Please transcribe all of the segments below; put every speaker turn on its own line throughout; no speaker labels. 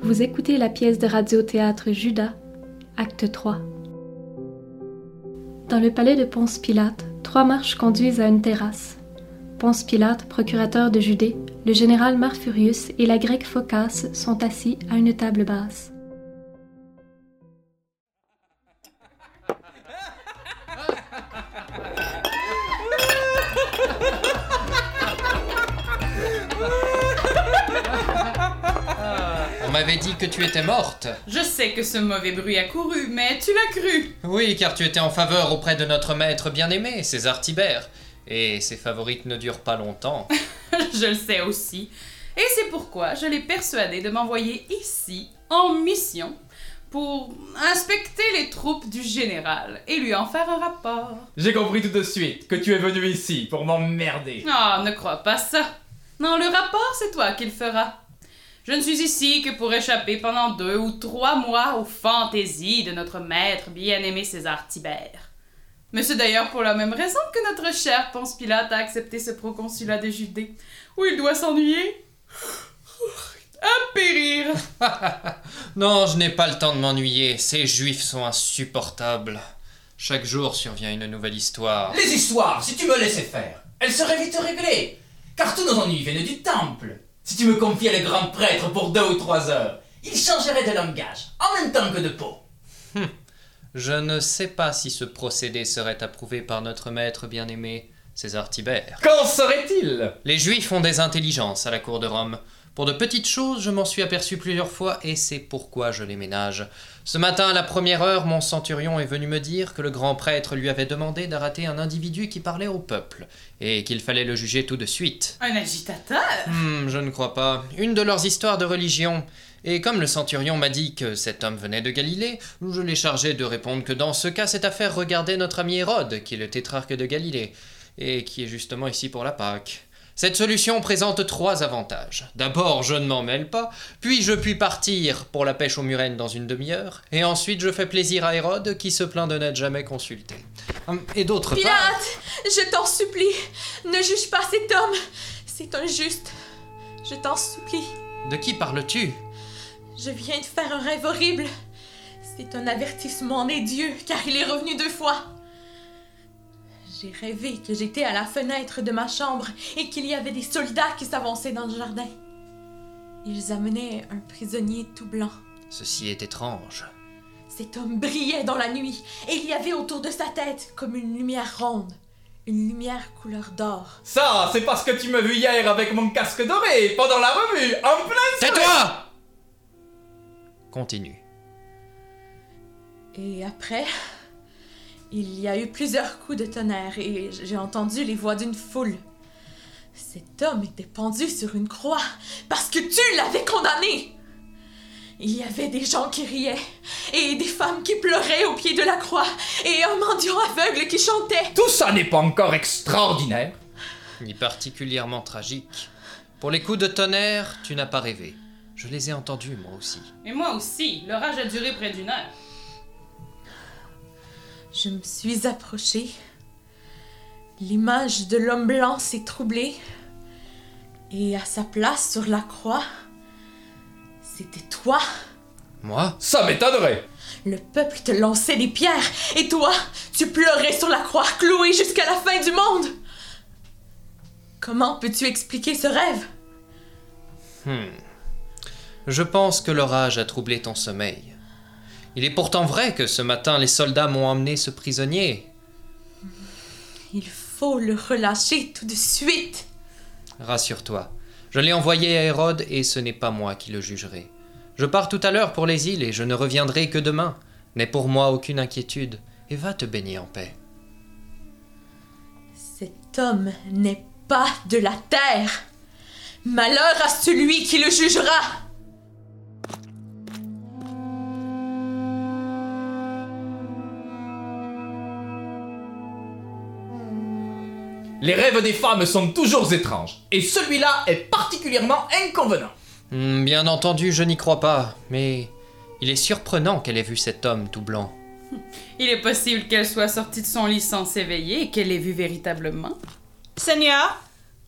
Vous écoutez la pièce de radiothéâtre Judas, acte 3. Dans le palais de Ponce Pilate, trois marches conduisent à une terrasse. Ponce Pilate, procurateur de Judée, le général Marfurius et la grecque Phocas sont assis à une table basse.
On m'avait dit que tu étais morte.
Je sais que ce mauvais bruit a couru, mais tu l'as cru.
Oui, car tu étais en faveur auprès de notre maître bien-aimé, César Tibère. Et ses favorites ne durent pas longtemps.
je le sais aussi. Et c'est pourquoi je l'ai persuadé de m'envoyer ici, en mission, pour inspecter les troupes du général et lui en faire un rapport.
J'ai compris tout de suite que tu es venu ici pour m'emmerder.
Ah, ne crois pas ça. Non, le rapport, c'est toi qui le feras. Je ne suis ici que pour échapper pendant deux ou trois mois aux fantaisies de notre maître bien-aimé César Tibère. Mais c'est d'ailleurs pour la même raison que notre cher Ponce Pilate a accepté ce proconsulat de Judée, où il doit s'ennuyer. À périr
non, je n'ai pas le temps de m'ennuyer. Ces juifs sont insupportables. Chaque jour survient une nouvelle histoire.
Les histoires, si tu me laissais faire, elles seraient vite réglées, car tous nos ennuis viennent du temple. Si tu me confiais le grand prêtre pour deux ou trois heures, il changerait de langage, en même temps que de peau.
Hum. Je ne sais pas si ce procédé serait approuvé par notre maître bien-aimé, César Tibère.
Qu'en serait-il
Les Juifs ont des intelligences à la cour de Rome. Pour de petites choses, je m'en suis aperçu plusieurs fois et c'est pourquoi je les ménage. Ce matin, à la première heure, mon centurion est venu me dire que le grand prêtre lui avait demandé d'arrêter un individu qui parlait au peuple et qu'il fallait le juger tout de suite.
Un agitateur
hmm, Je ne crois pas. Une de leurs histoires de religion. Et comme le centurion m'a dit que cet homme venait de Galilée, je l'ai chargé de répondre que dans ce cas, cette affaire regardait notre ami Hérode, qui est le tétrarque de Galilée, et qui est justement ici pour la Pâque. Cette solution présente trois avantages. D'abord, je ne m'en mêle pas, puis je puis partir pour la pêche aux murennes dans une demi-heure, et ensuite je fais plaisir à Hérode qui se plaint de n'être jamais consulté. Hum, Et d'autre
part. Pilate, je t'en supplie, ne juge pas cet homme, c'est injuste. Je t'en supplie.
De qui parles-tu
Je viens de faire un rêve horrible. C'est un avertissement des dieux, car il est revenu deux fois. J'ai rêvé que j'étais à la fenêtre de ma chambre et qu'il y avait des soldats qui s'avançaient dans le jardin. Ils amenaient un prisonnier tout blanc.
Ceci est étrange.
Cet homme brillait dans la nuit et il y avait autour de sa tête comme une lumière ronde, une lumière couleur d'or.
Ça, c'est parce que tu m'as vu hier avec mon casque doré pendant la revue, en plein
Tais-toi Continue.
Et après, il y a eu plusieurs coups de tonnerre et j'ai entendu les voix d'une foule. Cet homme était pendu sur une croix parce que tu l'avais condamné. Il y avait des gens qui riaient et des femmes qui pleuraient au pied de la croix et un mendiant aveugle qui chantait.
Tout ça n'est pas encore extraordinaire.
Ni particulièrement tragique. Pour les coups de tonnerre, tu n'as pas rêvé. Je les ai entendus, moi aussi.
Et moi aussi. L'orage a duré près d'une heure.
Je me suis approchée. L'image de l'homme blanc s'est troublée. Et à sa place sur la croix, c'était toi.
Moi
Ça m'étonnerait.
Le peuple te lançait des pierres et toi, tu pleurais sur la croix clouée jusqu'à la fin du monde. Comment peux-tu expliquer ce rêve
hmm. Je pense que l'orage a troublé ton sommeil. Il est pourtant vrai que ce matin, les soldats m'ont emmené ce prisonnier.
Il faut le relâcher tout de suite.
Rassure-toi, je l'ai envoyé à Hérode et ce n'est pas moi qui le jugerai. Je pars tout à l'heure pour les îles et je ne reviendrai que demain. N'aie pour moi aucune inquiétude et va te baigner en paix.
Cet homme n'est pas de la terre. Malheur à celui qui le jugera.
Les rêves des femmes sont toujours étranges, et celui-là est particulièrement inconvenant.
Mmh, bien entendu, je n'y crois pas, mais il est surprenant qu'elle ait vu cet homme tout blanc.
Il est possible qu'elle soit sortie de son lit sans s'éveiller et qu'elle l'ait vu véritablement.
Seigneur,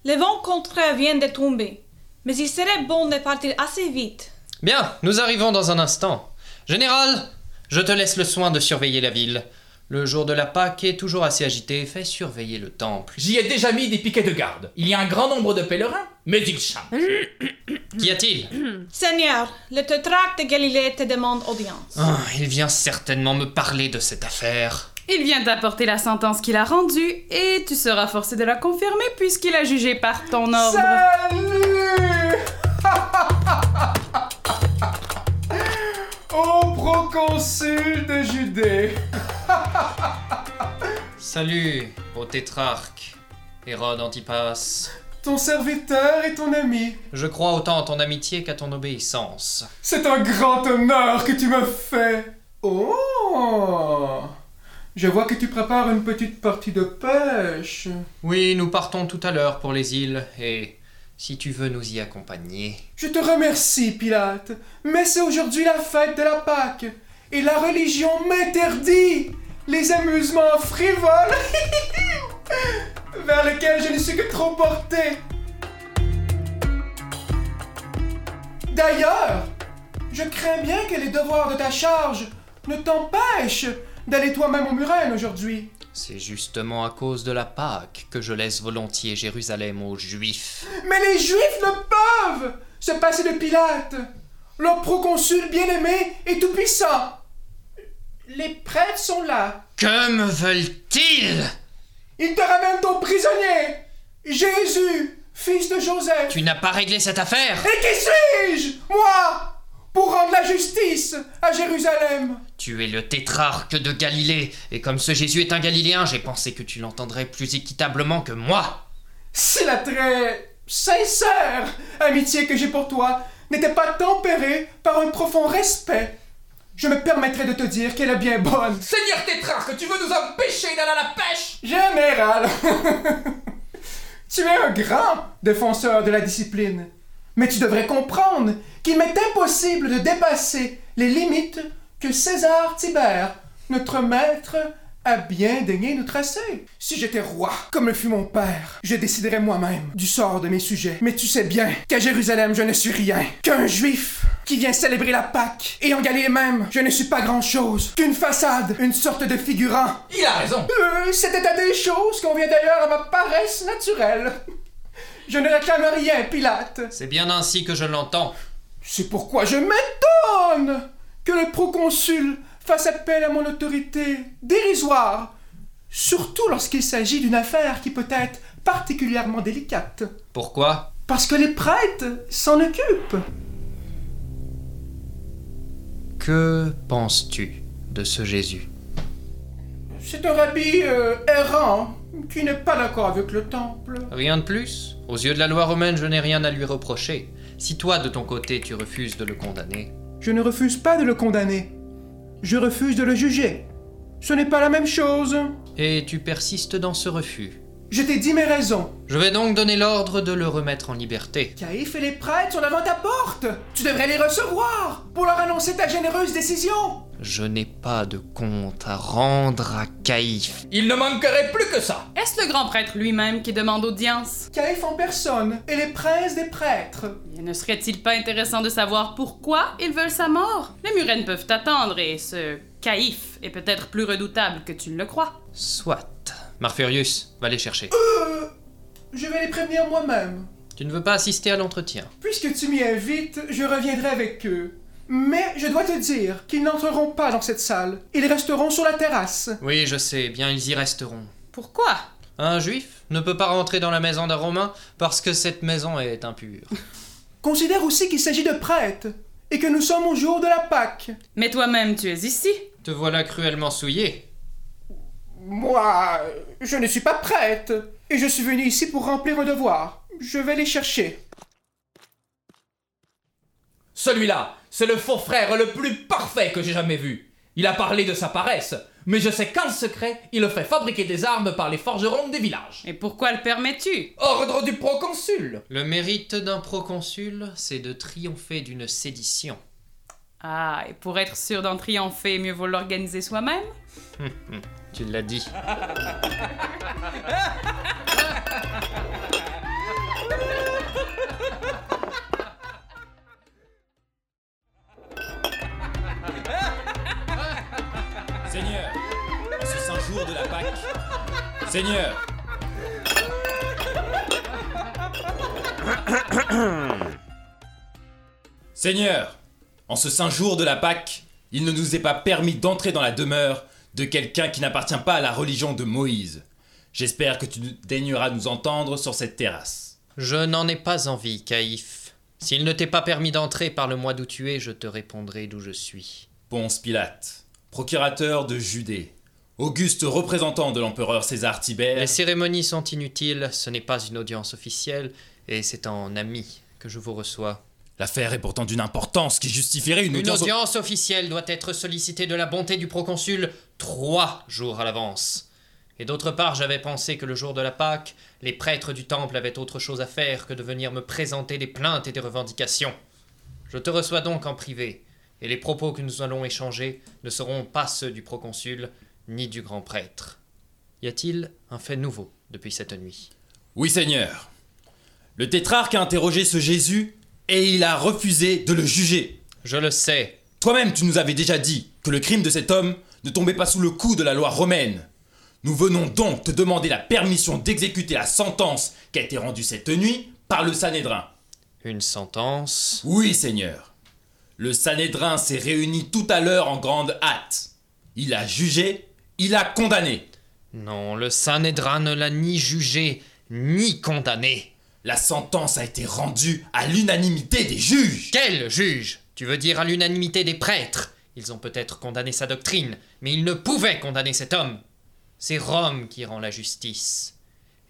le vent contraire vient de tomber, mais il serait bon de partir assez vite.
Bien, nous arrivons dans un instant. Général, je te laisse le soin de surveiller la ville. Le jour de la Pâque est toujours assez agité, fais surveiller le temple.
J'y ai déjà mis des piquets de garde. Il y a un grand nombre de pèlerins, mais ils chantent.
Qu'y a-t-il
Seigneur, le tétrarque de Galilée te demande audience.
Ah, Il vient certainement me parler de cette affaire.
Il vient d'apporter la sentence qu'il a rendue et tu seras forcé de la confirmer puisqu'il a jugé par ton ordre.
Salut Au proconsul de Judée
Salut, au tétrarque. Hérode Antipas.
Ton serviteur et ton ami
Je crois autant à ton amitié qu'à ton obéissance.
C'est un grand honneur que tu me fais Oh Je vois que tu prépares une petite partie de pêche
Oui, nous partons tout à l'heure pour les îles, et si tu veux nous y accompagner.
Je te remercie, Pilate, mais c'est aujourd'hui la fête de la Pâque, et la religion m'interdit les amusements frivoles vers lesquels je ne suis que trop porté. D'ailleurs, je crains bien que les devoirs de ta charge ne t'empêchent d'aller toi-même aux Murennes aujourd'hui.
C'est justement à cause de la Pâque que je laisse volontiers Jérusalem aux Juifs.
Mais les Juifs ne peuvent se passer de Pilate, leur proconsul bien-aimé et tout-puissant. Les prêtres sont là.
Que me veulent-ils
Ils te ramènent ton prisonnier, Jésus, fils de Joseph.
Tu n'as pas réglé cette affaire
Et qui suis-je, moi, pour rendre la justice à Jérusalem
Tu es le tétrarque de Galilée, et comme ce Jésus est un Galiléen, j'ai pensé que tu l'entendrais plus équitablement que moi.
Si la très sincère amitié que j'ai pour toi n'était pas tempérée par un profond respect, je me permettrais de te dire qu'elle est bien bonne.
Seigneur Tétrarque, tu veux nous empêcher d'aller à la pêche
Général, tu es un grand défenseur de la discipline, mais tu devrais comprendre qu'il m'est impossible de dépasser les limites que César Tibère, notre maître, a bien daigné nous tracer. Si j'étais roi, comme le fut mon père, je déciderais moi-même du sort de mes sujets. Mais tu sais bien qu'à Jérusalem, je ne suis rien, qu'un juif qui vient célébrer la Pâque. Et en Galilée même, je ne suis pas grand-chose, qu'une façade, une sorte de figurant.
Il a raison.
Euh, cet état des choses convient d'ailleurs à ma paresse naturelle. Je ne réclame rien, Pilate.
C'est bien ainsi que je l'entends.
C'est pourquoi je m'étonne que le proconsul fasse appel à mon autorité dérisoire, surtout lorsqu'il s'agit d'une affaire qui peut être particulièrement délicate.
Pourquoi
Parce que les prêtres s'en occupent.
Que penses-tu de ce Jésus
C'est un rabbi euh, errant qui n'est pas d'accord avec le temple.
Rien de plus. Aux yeux de la loi romaine, je n'ai rien à lui reprocher. Si toi, de ton côté, tu refuses de le condamner,
Je ne refuse pas de le condamner. Je refuse de le juger. Ce n'est pas la même chose.
et tu persistes dans ce refus,
Je t'ai dit mes raisons.
je vais donc donner l'ordre de le remettre en liberté.
Caïphe et les prêtres sont devant ta porte. Tu devrais les recevoir pour leur annoncer ta généreuse décision.
Je n'ai pas de compte à rendre à Caïphe.
Il ne manquerait plus que ça.
Est-ce le grand prêtre lui-même qui demande audience
Caïphe en personne et les princes des prêtres.
Et Ne serait-il pas intéressant de savoir pourquoi ils veulent sa mort Les Murennes peuvent attendre et ce caïf est peut-être plus redoutable que tu ne le crois.
Soit. Marfurius, va les chercher.
Je vais les prévenir moi-même.
Tu ne veux pas assister à l'entretien.
Puisque tu m'y invites, je reviendrai avec eux. Mais je dois te dire qu'ils n'entreront pas dans cette salle. Ils resteront sur la terrasse.
Oui, je sais, bien ils y resteront.
Pourquoi
Un juif ne peut pas rentrer dans la maison d'un romain parce que cette maison est impure.
Considère aussi qu'il s'agit de prêtres et que nous sommes au jour de la Pâque.
Mais toi-même, tu es ici.
Te voilà cruellement souillé.
Moi, je ne suis pas prête et je suis venue ici pour remplir un devoir. Je vais les chercher.
Celui-là, c'est le faux frère le plus parfait que j'ai jamais vu. Il a parlé de sa paresse, mais je sais qu'en secret, il fait fabriquer des armes par les forgerons des villages.
Et pourquoi le permets-tu
Ordre du proconsul.
Le mérite d'un proconsul, c'est de triompher d'une sédition.
Ah, et pour être sûr d'en triompher, mieux vaut l'organiser soi-même
Tu l'as dit.
Seigneur Seigneur En ce saint jour de la Pâque, il ne nous est pas permis d'entrer dans la demeure de quelqu'un qui n'appartient pas à la religion de Moïse. J'espère que tu daigneras nous entendre sur cette terrasse.
Je n'en ai pas envie, Caïphe. S'il ne t'est pas permis d'entrer, parle-moi d'où tu es, je te répondrai d'où je suis.
Ponce Pilate, procurateur de Judée, auguste représentant de l'empereur César
Les
Tibère,
cérémonies sont inutiles, ce n'est pas une audience officielle, et c'est en ami que je vous reçois.
l'affaire est pourtant d'une importance qui justifierait une,
Une
audience. au-
audience officielle doit être sollicitée de la bonté du proconsul trois jours à l'avance. Et d'autre part, j'avais pensé que le jour de la Pâque, les prêtres du temple avaient autre chose à faire que de venir me présenter des plaintes et des revendications. Je te reçois donc en privé, et les propos que nous allons échanger ne seront pas ceux du proconsul ni du grand prêtre. Y a-t-il un fait nouveau depuis cette nuit
Oui, Seigneur. Le tétrarque a interrogé ce Jésus et il a refusé de le juger.
Je le sais,
Toi-même, tu nous avais déjà dit que le crime de cet homme ne tombait pas sous le coup de la loi romaine. Nous venons donc te demander la permission d'exécuter la sentence qui a été rendue cette nuit par le Sanhédrin.
une sentence.
Oui, Seigneur. Le Sanhédrin s'est réuni tout à l'heure en grande hâte. Il a jugé, il a condamné.
Non, le Sanhédrin ne l'a ni jugé, ni condamné.
La sentence a été rendue à l'unanimité des juges.
Quel juge Tu veux dire à l'unanimité des prêtres Ils ont peut-être condamné sa doctrine, mais ils ne pouvaient condamner cet homme. C'est Rome qui rend la justice.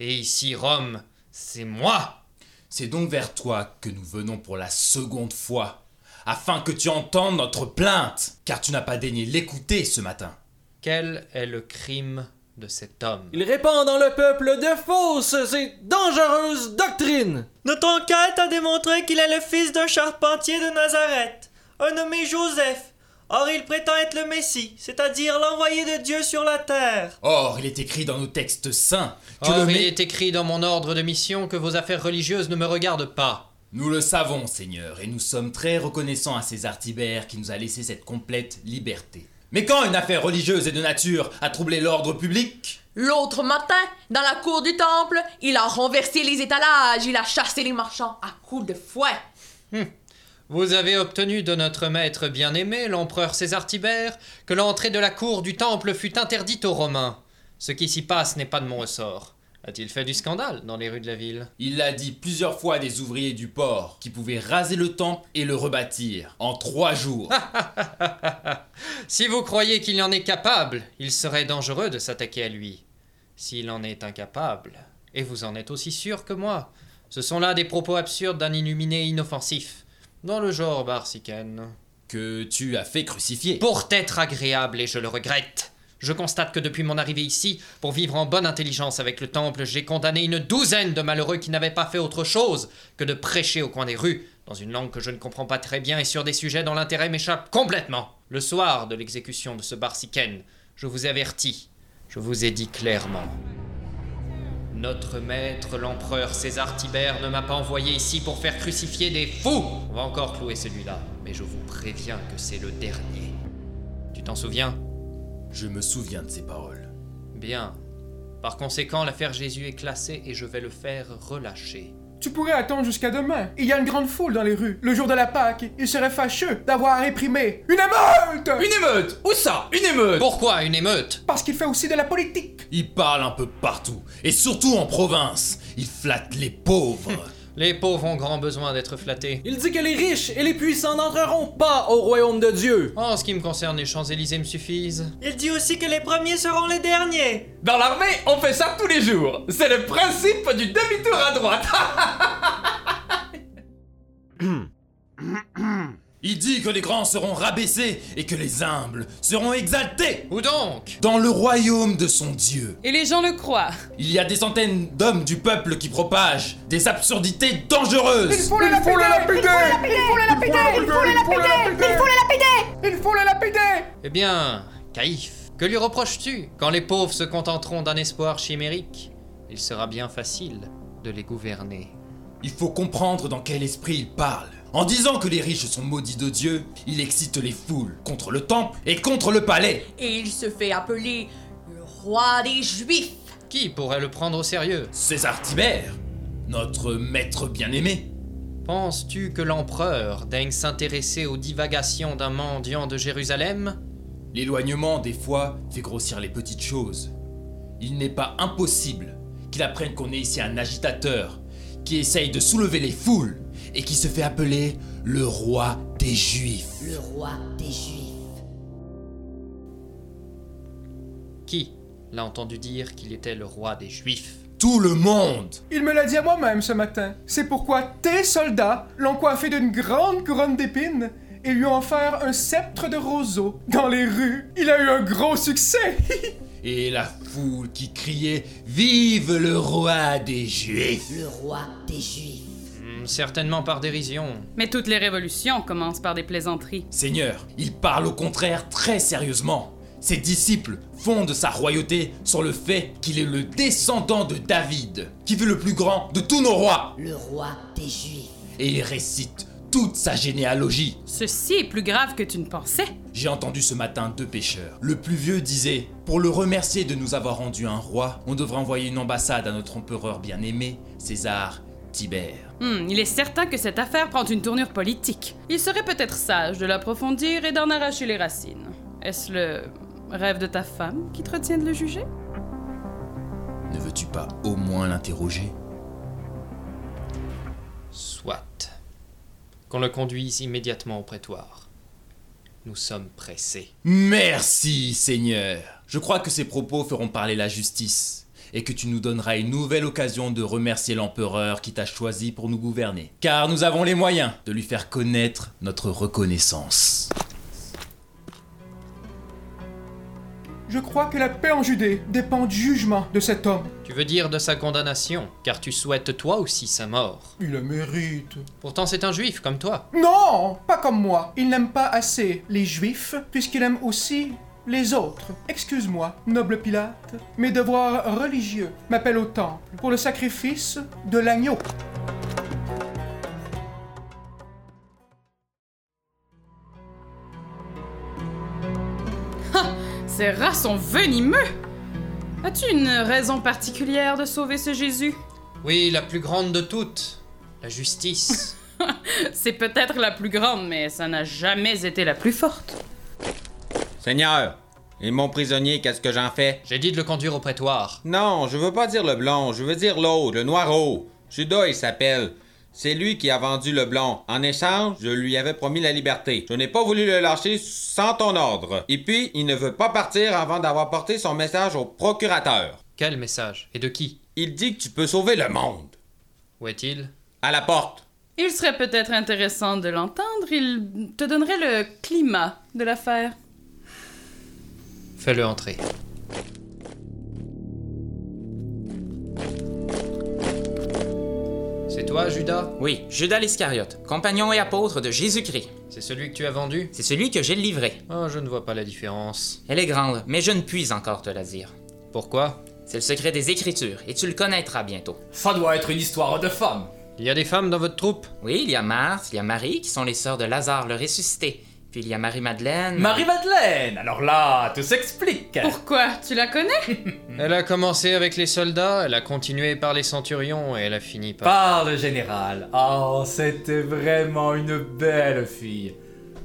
Et ici, Rome, c'est moi
C'est donc vers toi que nous venons pour la seconde fois, afin que tu entendes notre plainte, car tu n'as pas daigné l'écouter ce matin.
Quel est le crime de cet homme
Il répand dans le peuple de fausses et dangereuses doctrines.
Notre enquête a démontré qu'il est le fils d'un charpentier de Nazareth, un nommé Joseph. Or, il prétend être le Messie, c'est-à-dire l'envoyé de Dieu sur la terre.
Or, il est écrit dans nos textes saints que
Or,
le
il
mé-
est écrit dans mon ordre de mission que vos affaires religieuses ne me regardent pas.
Nous le savons, Seigneur, et nous sommes très reconnaissants à César Tibère qui nous a laissé cette complète liberté. Mais quand une affaire religieuse et de nature a troublé l'ordre public,
L'autre matin, dans la cour du temple, il a renversé les étalages, il a chassé les marchands à coups de fouet.
Vous avez obtenu de notre maître bien-aimé, l'empereur César Tibère, que l'entrée de la cour du temple fut interdite aux Romains. Ce qui s'y passe n'est pas de mon ressort. A-t-il fait du scandale dans les rues de la ville
il l'a dit plusieurs fois à des ouvriers du port qui pouvaient raser le temple et le rebâtir en trois jours.
Si vous croyez qu'il en est capable, il serait dangereux de s'attaquer à lui. S'il en est incapable, et vous en êtes aussi sûr que moi, ce sont là des propos absurdes d'un illuminé inoffensif, dans le genre Barsiken.
que tu as fait crucifier.
Pour être agréable, et je le regrette. Je constate que depuis mon arrivée ici, pour vivre en bonne intelligence avec le temple, j'ai condamné une douzaine de malheureux qui n'avaient pas fait autre chose que de prêcher au coin des rues, dans une langue que je ne comprends pas très bien et sur des sujets dont l'intérêt m'échappe complètement. Le soir de l'exécution de ce Barsiken, je vous avertis, je vous ai dit clairement. Notre maître, l'empereur César Tibère, ne m'a pas envoyé ici pour faire crucifier des fous On va encore clouer celui-là, mais je vous préviens que c'est le dernier. Tu t'en souviens
Je me souviens de ces paroles.
Bien. Par conséquent, l'affaire Jésus est classée et je vais le faire relâcher.
Tu pourrais attendre jusqu'à demain. Il y a une grande foule dans les rues. Le jour de la Pâque, il serait fâcheux d'avoir réprimé une émeute
Une émeute Où ça Une émeute
Pourquoi une émeute
Parce qu'il fait aussi de la politique.
Il parle un peu partout, et surtout en province. Il flatte les pauvres.
Les pauvres ont grand besoin d'être flattés.
Il dit que les riches et les puissants n'entreront pas au royaume de Dieu.
En ce qui me concerne, les Champs-Élysées me suffisent.
Il dit aussi que les premiers seront les derniers.
Dans l'armée, on fait ça tous les jours. C'est le principe du demi-tour à droite.
Il dit que les grands seront rabaissés et que les humbles seront exaltés
Où donc
dans le royaume de son Dieu.
Et les gens le croient.
Il y a des centaines d'hommes du peuple qui propagent des absurdités
Il
dangereuses.
faut le lapider Il faut le lapider Il faut le lapider Il faut le lapider Il faut le lapider
Eh bien, Caïphe, que lui reproches-tu Quand les pauvres se contenteront d'un espoir chimérique, il sera bien facile de les gouverner.
Il faut comprendre dans quel esprit il parle. En disant que les riches sont maudits de Dieu, il excite les foules contre le temple et contre le palais.
Et il se fait appeler le roi des Juifs.
Qui pourrait le prendre au sérieux
César Tibère, notre maître bien-aimé.
Penses-tu que l'empereur daigne s'intéresser aux divagations d'un mendiant de Jérusalem
L'éloignement, des fois, fait grossir les petites choses. Il n'est pas impossible qu'il apprenne qu'on est ici un agitateur qui essaye de soulever les foules et qui se fait appeler le roi des Juifs.
Le roi des Juifs.
Qui l'a entendu dire qu'il était le roi des Juifs
Tout le monde
Il me l'a dit à moi-même ce matin. C'est pourquoi tes soldats l'ont coiffé d'une grande couronne d'épines et lui ont offert un sceptre de roseau dans les rues. Il a eu un gros succès
Et la foule qui criait Vive le roi des Juifs
Le roi des Juifs.
Hmm, Certainement par dérision.
Mais toutes les révolutions commencent par des plaisanteries.
Seigneur, il parle au contraire très sérieusement. Ses disciples fondent sa royauté sur le fait qu'il est le descendant de David, qui fut le plus grand de tous nos rois.
Le roi des Juifs.
Et il récite toute sa généalogie.
Ceci est plus grave que tu ne pensais.
J'ai entendu ce matin deux pêcheurs. Le plus vieux disait Pour le remercier de nous avoir rendu un roi, on devrait envoyer une ambassade à notre empereur bien-aimé, César Tibère.
Hmm, il est certain que cette affaire prend une tournure politique. Il serait peut-être sage de l'approfondir et d'en arracher les racines. Est-ce le rêve de ta femme qui te retient de le juger
Ne veux-tu pas au moins l'interroger
Soit. Qu'on le conduise immédiatement au prétoire. Nous sommes pressés.
Merci, Seigneur. Je crois que ces propos feront parler la justice et que tu nous donneras une nouvelle occasion de remercier l'empereur qui t'a choisi pour nous gouverner. Car nous avons les moyens de lui faire connaître notre reconnaissance.
Je crois que la paix en Judée dépend du jugement de cet homme.
Tu veux dire de sa condamnation, car tu souhaites toi aussi sa mort.
Il la mérite.
Pourtant, c'est un juif comme toi.
Non, pas comme moi. Il n'aime pas assez les Juifs, puisqu'il aime aussi les autres. Excuse-moi, noble Pilate, mes devoirs religieux m'appellent au temple pour le sacrifice de l'agneau.
Ces rats sont venimeux As-tu une raison particulière de sauver ce Jésus
Oui, la plus grande de toutes, la justice.
C'est peut-être la plus grande, mais ça n'a jamais été la plus forte.
Seigneur, et mon prisonnier, qu'est-ce que j'en fais?
J'ai dit de le conduire au prétoire.
Non, je veux pas dire le blond, je veux dire l'autre, le noiro. Judas, il s'appelle. C'est lui qui a vendu le blond. En échange, je lui avais promis la liberté. Je n'ai pas voulu le lâcher sans ton ordre. Et puis, il ne veut pas partir avant d'avoir porté son message au procurateur.
Quel message Et de qui
Il dit que tu peux sauver le monde.
Où est-il
À la porte.
Il serait peut-être intéressant de l'entendre, il te donnerait le climat de l'affaire.
Fais-le entrer. C'est toi, Judas
Oui, Judas l'Iscariote, compagnon et apôtre de Jésus-Christ.
C'est celui que tu as vendu
C'est celui que j'ai livré.
Oh, je ne vois pas la différence.
Elle est grande, mais je ne puis encore te la dire.
Pourquoi
C'est le secret des Écritures, et tu le connaîtras bientôt.
Ça doit être une histoire de femme.
Il y a des femmes dans votre troupe
Oui, il y a Marthe, il y a Marie, qui sont les sœurs de Lazare le ressuscité. Puis il y a Marie-Madeleine.
Marie-Madeleine, alors là, tout s'explique.
Pourquoi Tu la connais
Hmm.
Elle a commencé avec les soldats, elle a continué par les centurions et elle a fini par...
Par le général. Oh, c'était vraiment une belle fille.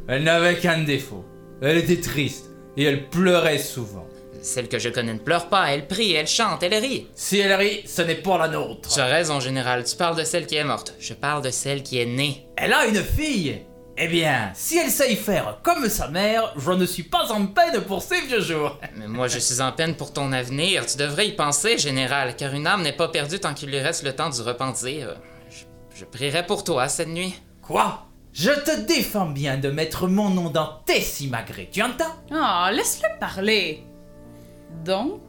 Elle n'avait qu'un défaut. Elle était triste et elle pleurait souvent.
Celle que je connais ne pleure pas, elle prie, elle chante, elle rit.
Si elle rit, ce n'est pas la nôtre.
Tu as raison, général, tu parles de celle qui est morte. Je parle de celle qui est née.
Elle a une fille. Eh bien, si elle sait y faire comme sa mère, je ne suis pas en peine pour ces vieux jours.
Mais moi, je suis en peine pour ton avenir. Tu devrais y penser, général, car une âme n'est pas perdue tant qu'il lui reste le temps du repentir. Je, je prierai pour toi cette nuit.
Quoi Je te défends bien de mettre mon nom dans tes simagrées, tu entends
Ah, laisse-le parler. Donc,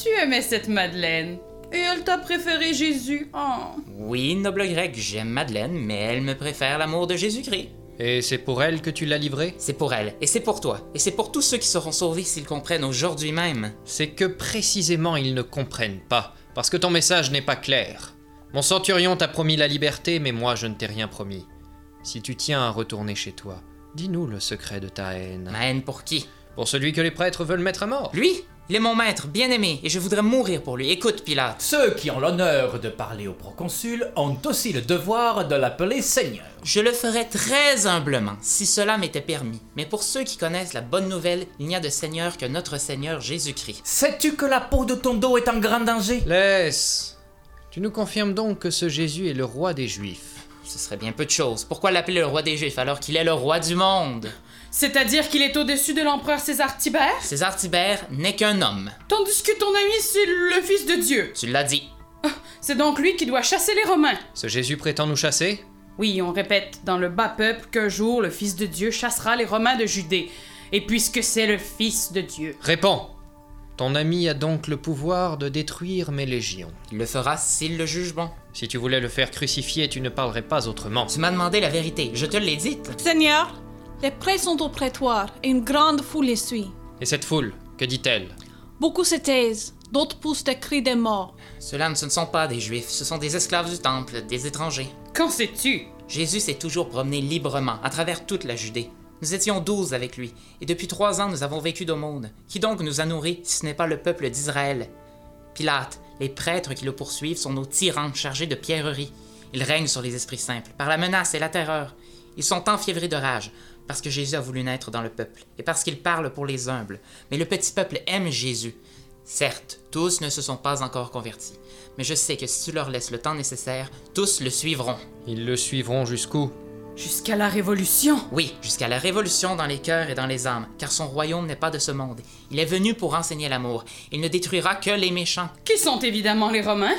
tu aimais cette Madeleine et elle t'a préféré Jésus. Oh.
Oui, noble grec, j'aime Madeleine, mais elle me préfère l'amour de Jésus-Christ.
Et c'est pour elle que tu l'as livré
C'est pour elle, et c'est pour toi, et c'est pour tous ceux qui seront sauvés s'ils comprennent aujourd'hui même.
C'est que précisément ils ne comprennent pas, parce que ton message n'est pas clair. Mon centurion t'a promis la liberté, mais moi je ne t'ai rien promis. Si tu tiens à retourner chez toi, dis-nous le secret de ta haine.
Hein?
Ma haine pour qui
Pour celui que les prêtres veulent mettre à mort.
Lui Il est mon maître, bien-aimé, et je voudrais mourir pour lui. Écoute, Pilate.
Ceux qui ont l'honneur de parler au proconsul ont aussi le devoir de l'appeler Seigneur.
Je le ferai très humblement, si cela m'était permis. Mais pour ceux qui connaissent la bonne nouvelle, il n'y a de Seigneur que notre Seigneur Jésus-Christ.
Sais-tu que la peau de ton dos est en grand danger
Laisse. Tu nous confirmes donc que ce Jésus est le roi des Juifs.
Ce serait bien peu de choses. Pourquoi l'appeler le roi des Juifs alors qu'il est le roi du monde
C'est-à-dire qu'il est au-dessus de l'empereur César Tibère
César Tibère n'est qu'un homme.
Tandis que ton ami, c'est le fils de Dieu.
Tu l'as dit.
C'est donc lui qui doit chasser les Romains.
Ce Jésus prétend nous chasser
Oui, on répète dans le bas peuple qu'un jour le fils de Dieu chassera les Romains de Judée. Et puisque c'est le fils de Dieu.
Réponds. Ton ami a donc le pouvoir de détruire mes légions.
Il le fera s'il le juge bon.
Si tu voulais le faire crucifier, tu ne parlerais pas autrement.
Tu m'as demandé la vérité, je te l'ai dite.
Seigneur, les prêts sont au prétoire et une grande foule les suit.
Et cette foule, que dit-elle
Beaucoup se taisent, d'autres poussent des cris des morts.
Ceux-là ne- ce ne sont pas des Juifs, ce sont des esclaves du temple, des étrangers.
Qu'en sais-tu
Jésus s'est toujours promené librement à travers toute la Judée. Nous étions douze avec lui, et depuis trois ans nous avons vécu d'aumône. Qui donc nous a nourris si ce n'est pas le peuple d'Israël Pilate, les prêtres qui le poursuivent sont nos tyrans chargés de pierreries. Ils règnent sur les esprits simples, par la menace et la terreur. Ils sont enfiévrés de rage, parce que Jésus a voulu naître dans le peuple, et parce qu'il parle pour les humbles. Mais le petit peuple aime Jésus. Certes, tous ne se sont pas encore convertis, mais je sais que si tu leur laisses le temps nécessaire, tous le suivront.
Ils le suivront jusqu'où
Jusqu'à la Révolution
Oui, jusqu'à la révolution dans les cœurs et dans les âmes, car son royaume n'est pas de ce monde. Il est venu pour enseigner l'amour. Il ne détruira que les méchants.
Qui sont évidemment les Romains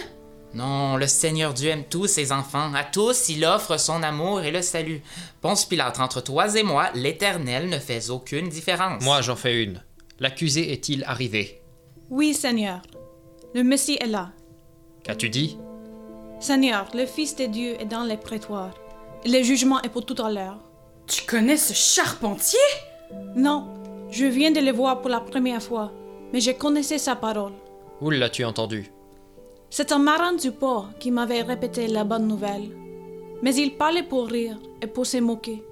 Non, le Seigneur Dieu aime tous ses enfants. À tous, il offre son amour et le salut. Ponce Pilate, entre toi et moi, l'Éternel ne fait aucune différence.
Moi, j'en fais une. L'accusé est-il arrivé
Oui, Seigneur, le Messie est là.
Qu'as-tu dit
Seigneur, le Fils de Dieu est dans les prétoires. Et le jugement est pour tout à l'heure.
Tu connais ce charpentier
Non, je viens de le voir pour la première fois, mais je connaissais sa parole.
Où l'as-tu entendu
C'est un marin du port qui m'avait répété la bonne nouvelle. Mais il parlait pour rire et pour se moquer.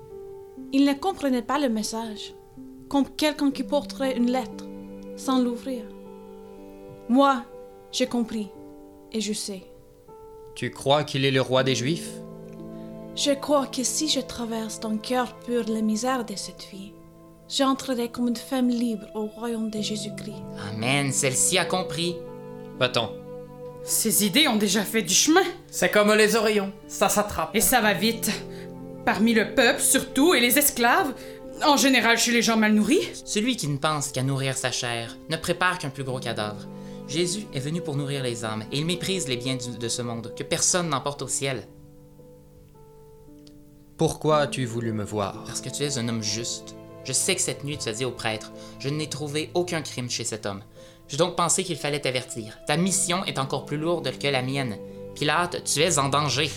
Il ne comprenait pas le message, comme quelqu'un qui porterait une lettre sans l'ouvrir. Moi, j'ai compris et je sais.
Tu crois qu'il est le roi des Juifs
Je crois que si je traverse d'un cœur pur les misères de cette vie, j'entrerai comme une femme libre au royaume de Jésus-Christ.
Amen, celle-ci a compris.
Va-t'en.
Ces idées ont déjà fait du chemin.
C'est comme les oreillons, ça s'attrape.
Et ça va vite. Parmi le peuple, surtout, et les esclaves. En général, chez les gens mal nourris.
Celui qui ne pense qu'à nourrir sa chair ne prépare qu'un plus gros cadavre. Jésus est venu pour nourrir les âmes, et il méprise les biens du- de ce monde, que personne n'emporte au ciel.
Pourquoi as-tu voulu me voir
Parce que tu es un homme juste. Je sais que cette nuit tu as dit au prêtre, je n'ai trouvé aucun crime chez cet homme. J'ai donc pensé qu'il fallait t'avertir. Ta mission est encore plus lourde que la mienne. Pilate, tu es en danger.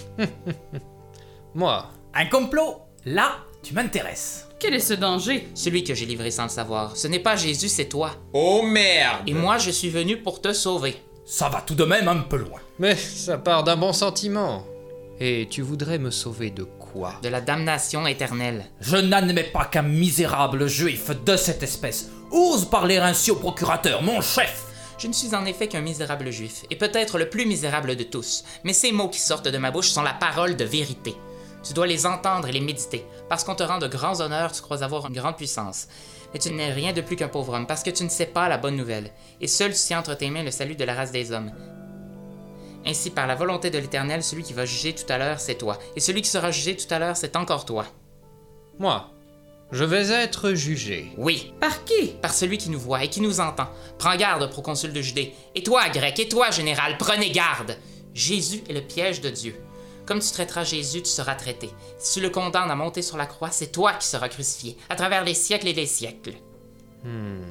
Moi
Un complot Là, tu m'intéresses.
Quel est ce danger
Celui que j'ai livré sans le savoir, ce n'est pas Jésus, c'est toi.
Oh merde
Et moi, je suis venu pour te sauver.
Ça va tout de même un peu loin.
Mais ça part d'un bon sentiment. Et tu voudrais me sauver de quoi
De la damnation éternelle.
Je n'admets pas qu'un misérable juif de cette espèce ose parler ainsi au procurateur, mon chef
Je ne suis en effet qu'un misérable juif, et peut-être le plus misérable de tous, mais ces mots qui sortent de ma bouche sont la parole de vérité. Tu dois les entendre et les méditer, parce qu'on te rend de grands honneurs, tu crois avoir une grande puissance. Mais tu n'es rien de plus qu'un pauvre homme, parce que tu ne sais pas la bonne nouvelle, et seul tu tiens entre tes mains le salut de la race des hommes. Ainsi, par la volonté de l'Éternel, celui qui va juger tout à l'heure, c'est toi, et celui qui sera jugé tout à l'heure, c'est encore toi.
Moi Je vais être jugé.
Oui,
Par qui
par celui qui nous voit et qui nous entend. Prends garde, proconsul de Judée. Et toi, grec, et toi, général, prenez garde. Jésus est le piège de Dieu. Comme tu traiteras Jésus, tu seras traité. Si tu le condamnes à monter sur la croix, c'est toi qui seras crucifié, à travers les siècles et les siècles.
Hmm.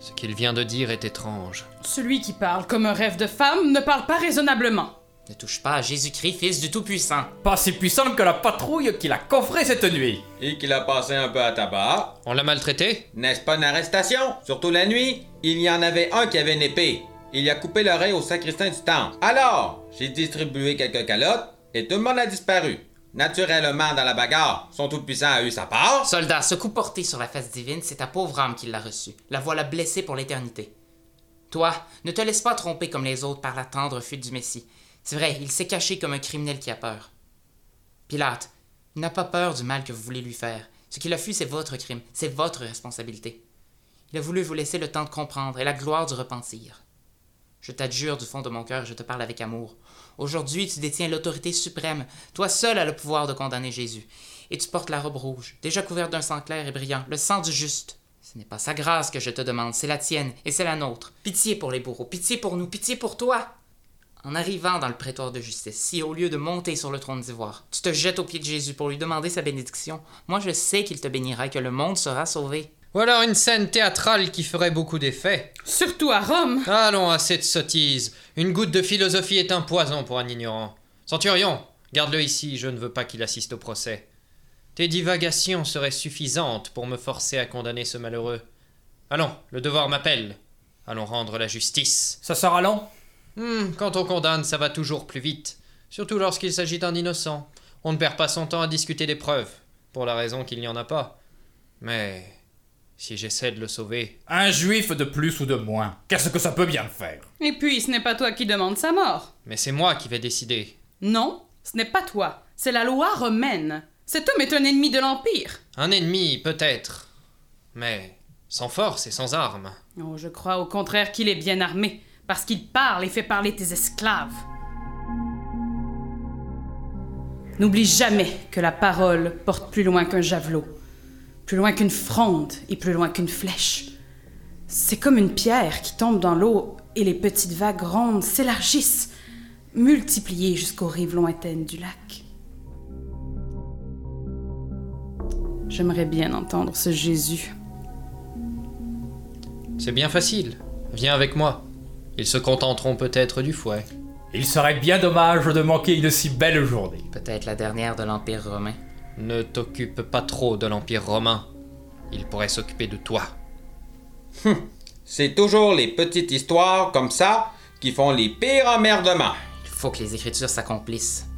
Ce qu'il vient de dire est étrange.
Celui qui parle comme un rêve de femme ne parle pas raisonnablement.
Ne touche pas à Jésus-Christ, fils du Tout-Puissant.
Pas si puissant que la patrouille qui l'a coffré cette nuit.
Et qu'il a passé un peu à tabac.
On l'a maltraité
N'est-ce pas une arrestation? Surtout la nuit, il y en avait un qui avait une épée. Il y a coupé l'oreille au sacristain du temple. Alors, j'ai distribué quelques calottes et tout le monde a disparu. Naturellement, dans la bagarre, son tout-puissant a eu sa part.
Soldat, ce coup porté sur la face divine, c'est ta pauvre âme qui l'a reçu. La voilà blessée pour l'éternité. Toi, ne te laisse pas tromper comme les autres par la tendre fuite du Messie. C'est vrai, il s'est caché comme un criminel qui a peur. Pilate, il n'a pas peur du mal que vous voulez lui faire. Ce qu'il a fui, c'est votre crime, c'est votre responsabilité. Il a voulu vous laisser le temps de comprendre et la gloire du repentir. Je t'adjure du fond de mon cœur, je te parle avec amour. Aujourd'hui, tu détiens l'autorité suprême. Toi seul as le pouvoir de condamner Jésus. Et tu portes la robe rouge, déjà couverte d'un sang clair et brillant, le sang du juste. Ce n'est pas sa grâce que je te demande, c'est la tienne et c'est la nôtre. Pitié pour les bourreaux, pitié pour nous, pitié pour toi. En arrivant dans le prétoire de justice, si au lieu de monter sur le trône d'ivoire, tu te jettes aux pieds de Jésus pour lui demander sa bénédiction, moi je sais qu'il te bénira et que le monde sera sauvé.
Ou alors une scène théâtrale qui ferait beaucoup d'effet.
Surtout à Rome.
Allons, assez de sottises. Une goutte de philosophie est un poison pour un ignorant. Centurion, garde-le ici, je ne veux pas qu'il assiste au procès. Tes divagations seraient suffisantes pour me forcer à condamner ce malheureux. Allons, le devoir m'appelle. Allons rendre la justice.
Ça sera long
Hmm, quand on condamne, ça va toujours plus vite. Surtout lorsqu'il s'agit d'un innocent. On ne perd pas son temps à discuter des preuves, pour la raison qu'il n'y en a pas. Mais si j'essaie de le sauver,
Un juif de plus ou de moins. Qu'est-ce que ça peut bien faire
Et puis, ce n'est pas toi qui demande sa mort.
mais c'est moi qui vais décider.
Non, ce n'est pas toi. C'est la loi romaine. Cet homme est un ennemi de l'Empire.
Un ennemi, peut-être, mais sans force et sans armes.
Oh, je crois au contraire qu'il est bien armé, parce qu'il parle et fait parler tes esclaves. N'oublie jamais que la parole porte plus loin qu'un javelot, plus loin qu'une fronde et plus loin qu'une flèche. C'est comme une pierre qui tombe dans l'eau et les petites vagues rondes s'élargissent, multipliées jusqu'aux rives lointaines du lac. J'aimerais bien entendre ce Jésus.
C'est bien facile. Viens avec moi. Ils se contenteront peut-être du fouet.
Il serait bien dommage de manquer une si belle journée.
Peut-être la dernière de l'Empire romain.
Ne t'occupe pas trop de l'Empire romain. Il pourrait s'occuper de toi.
C'est toujours les petites histoires comme ça qui font les pires emmerdements.
Il faut que les Écritures s'accomplissent.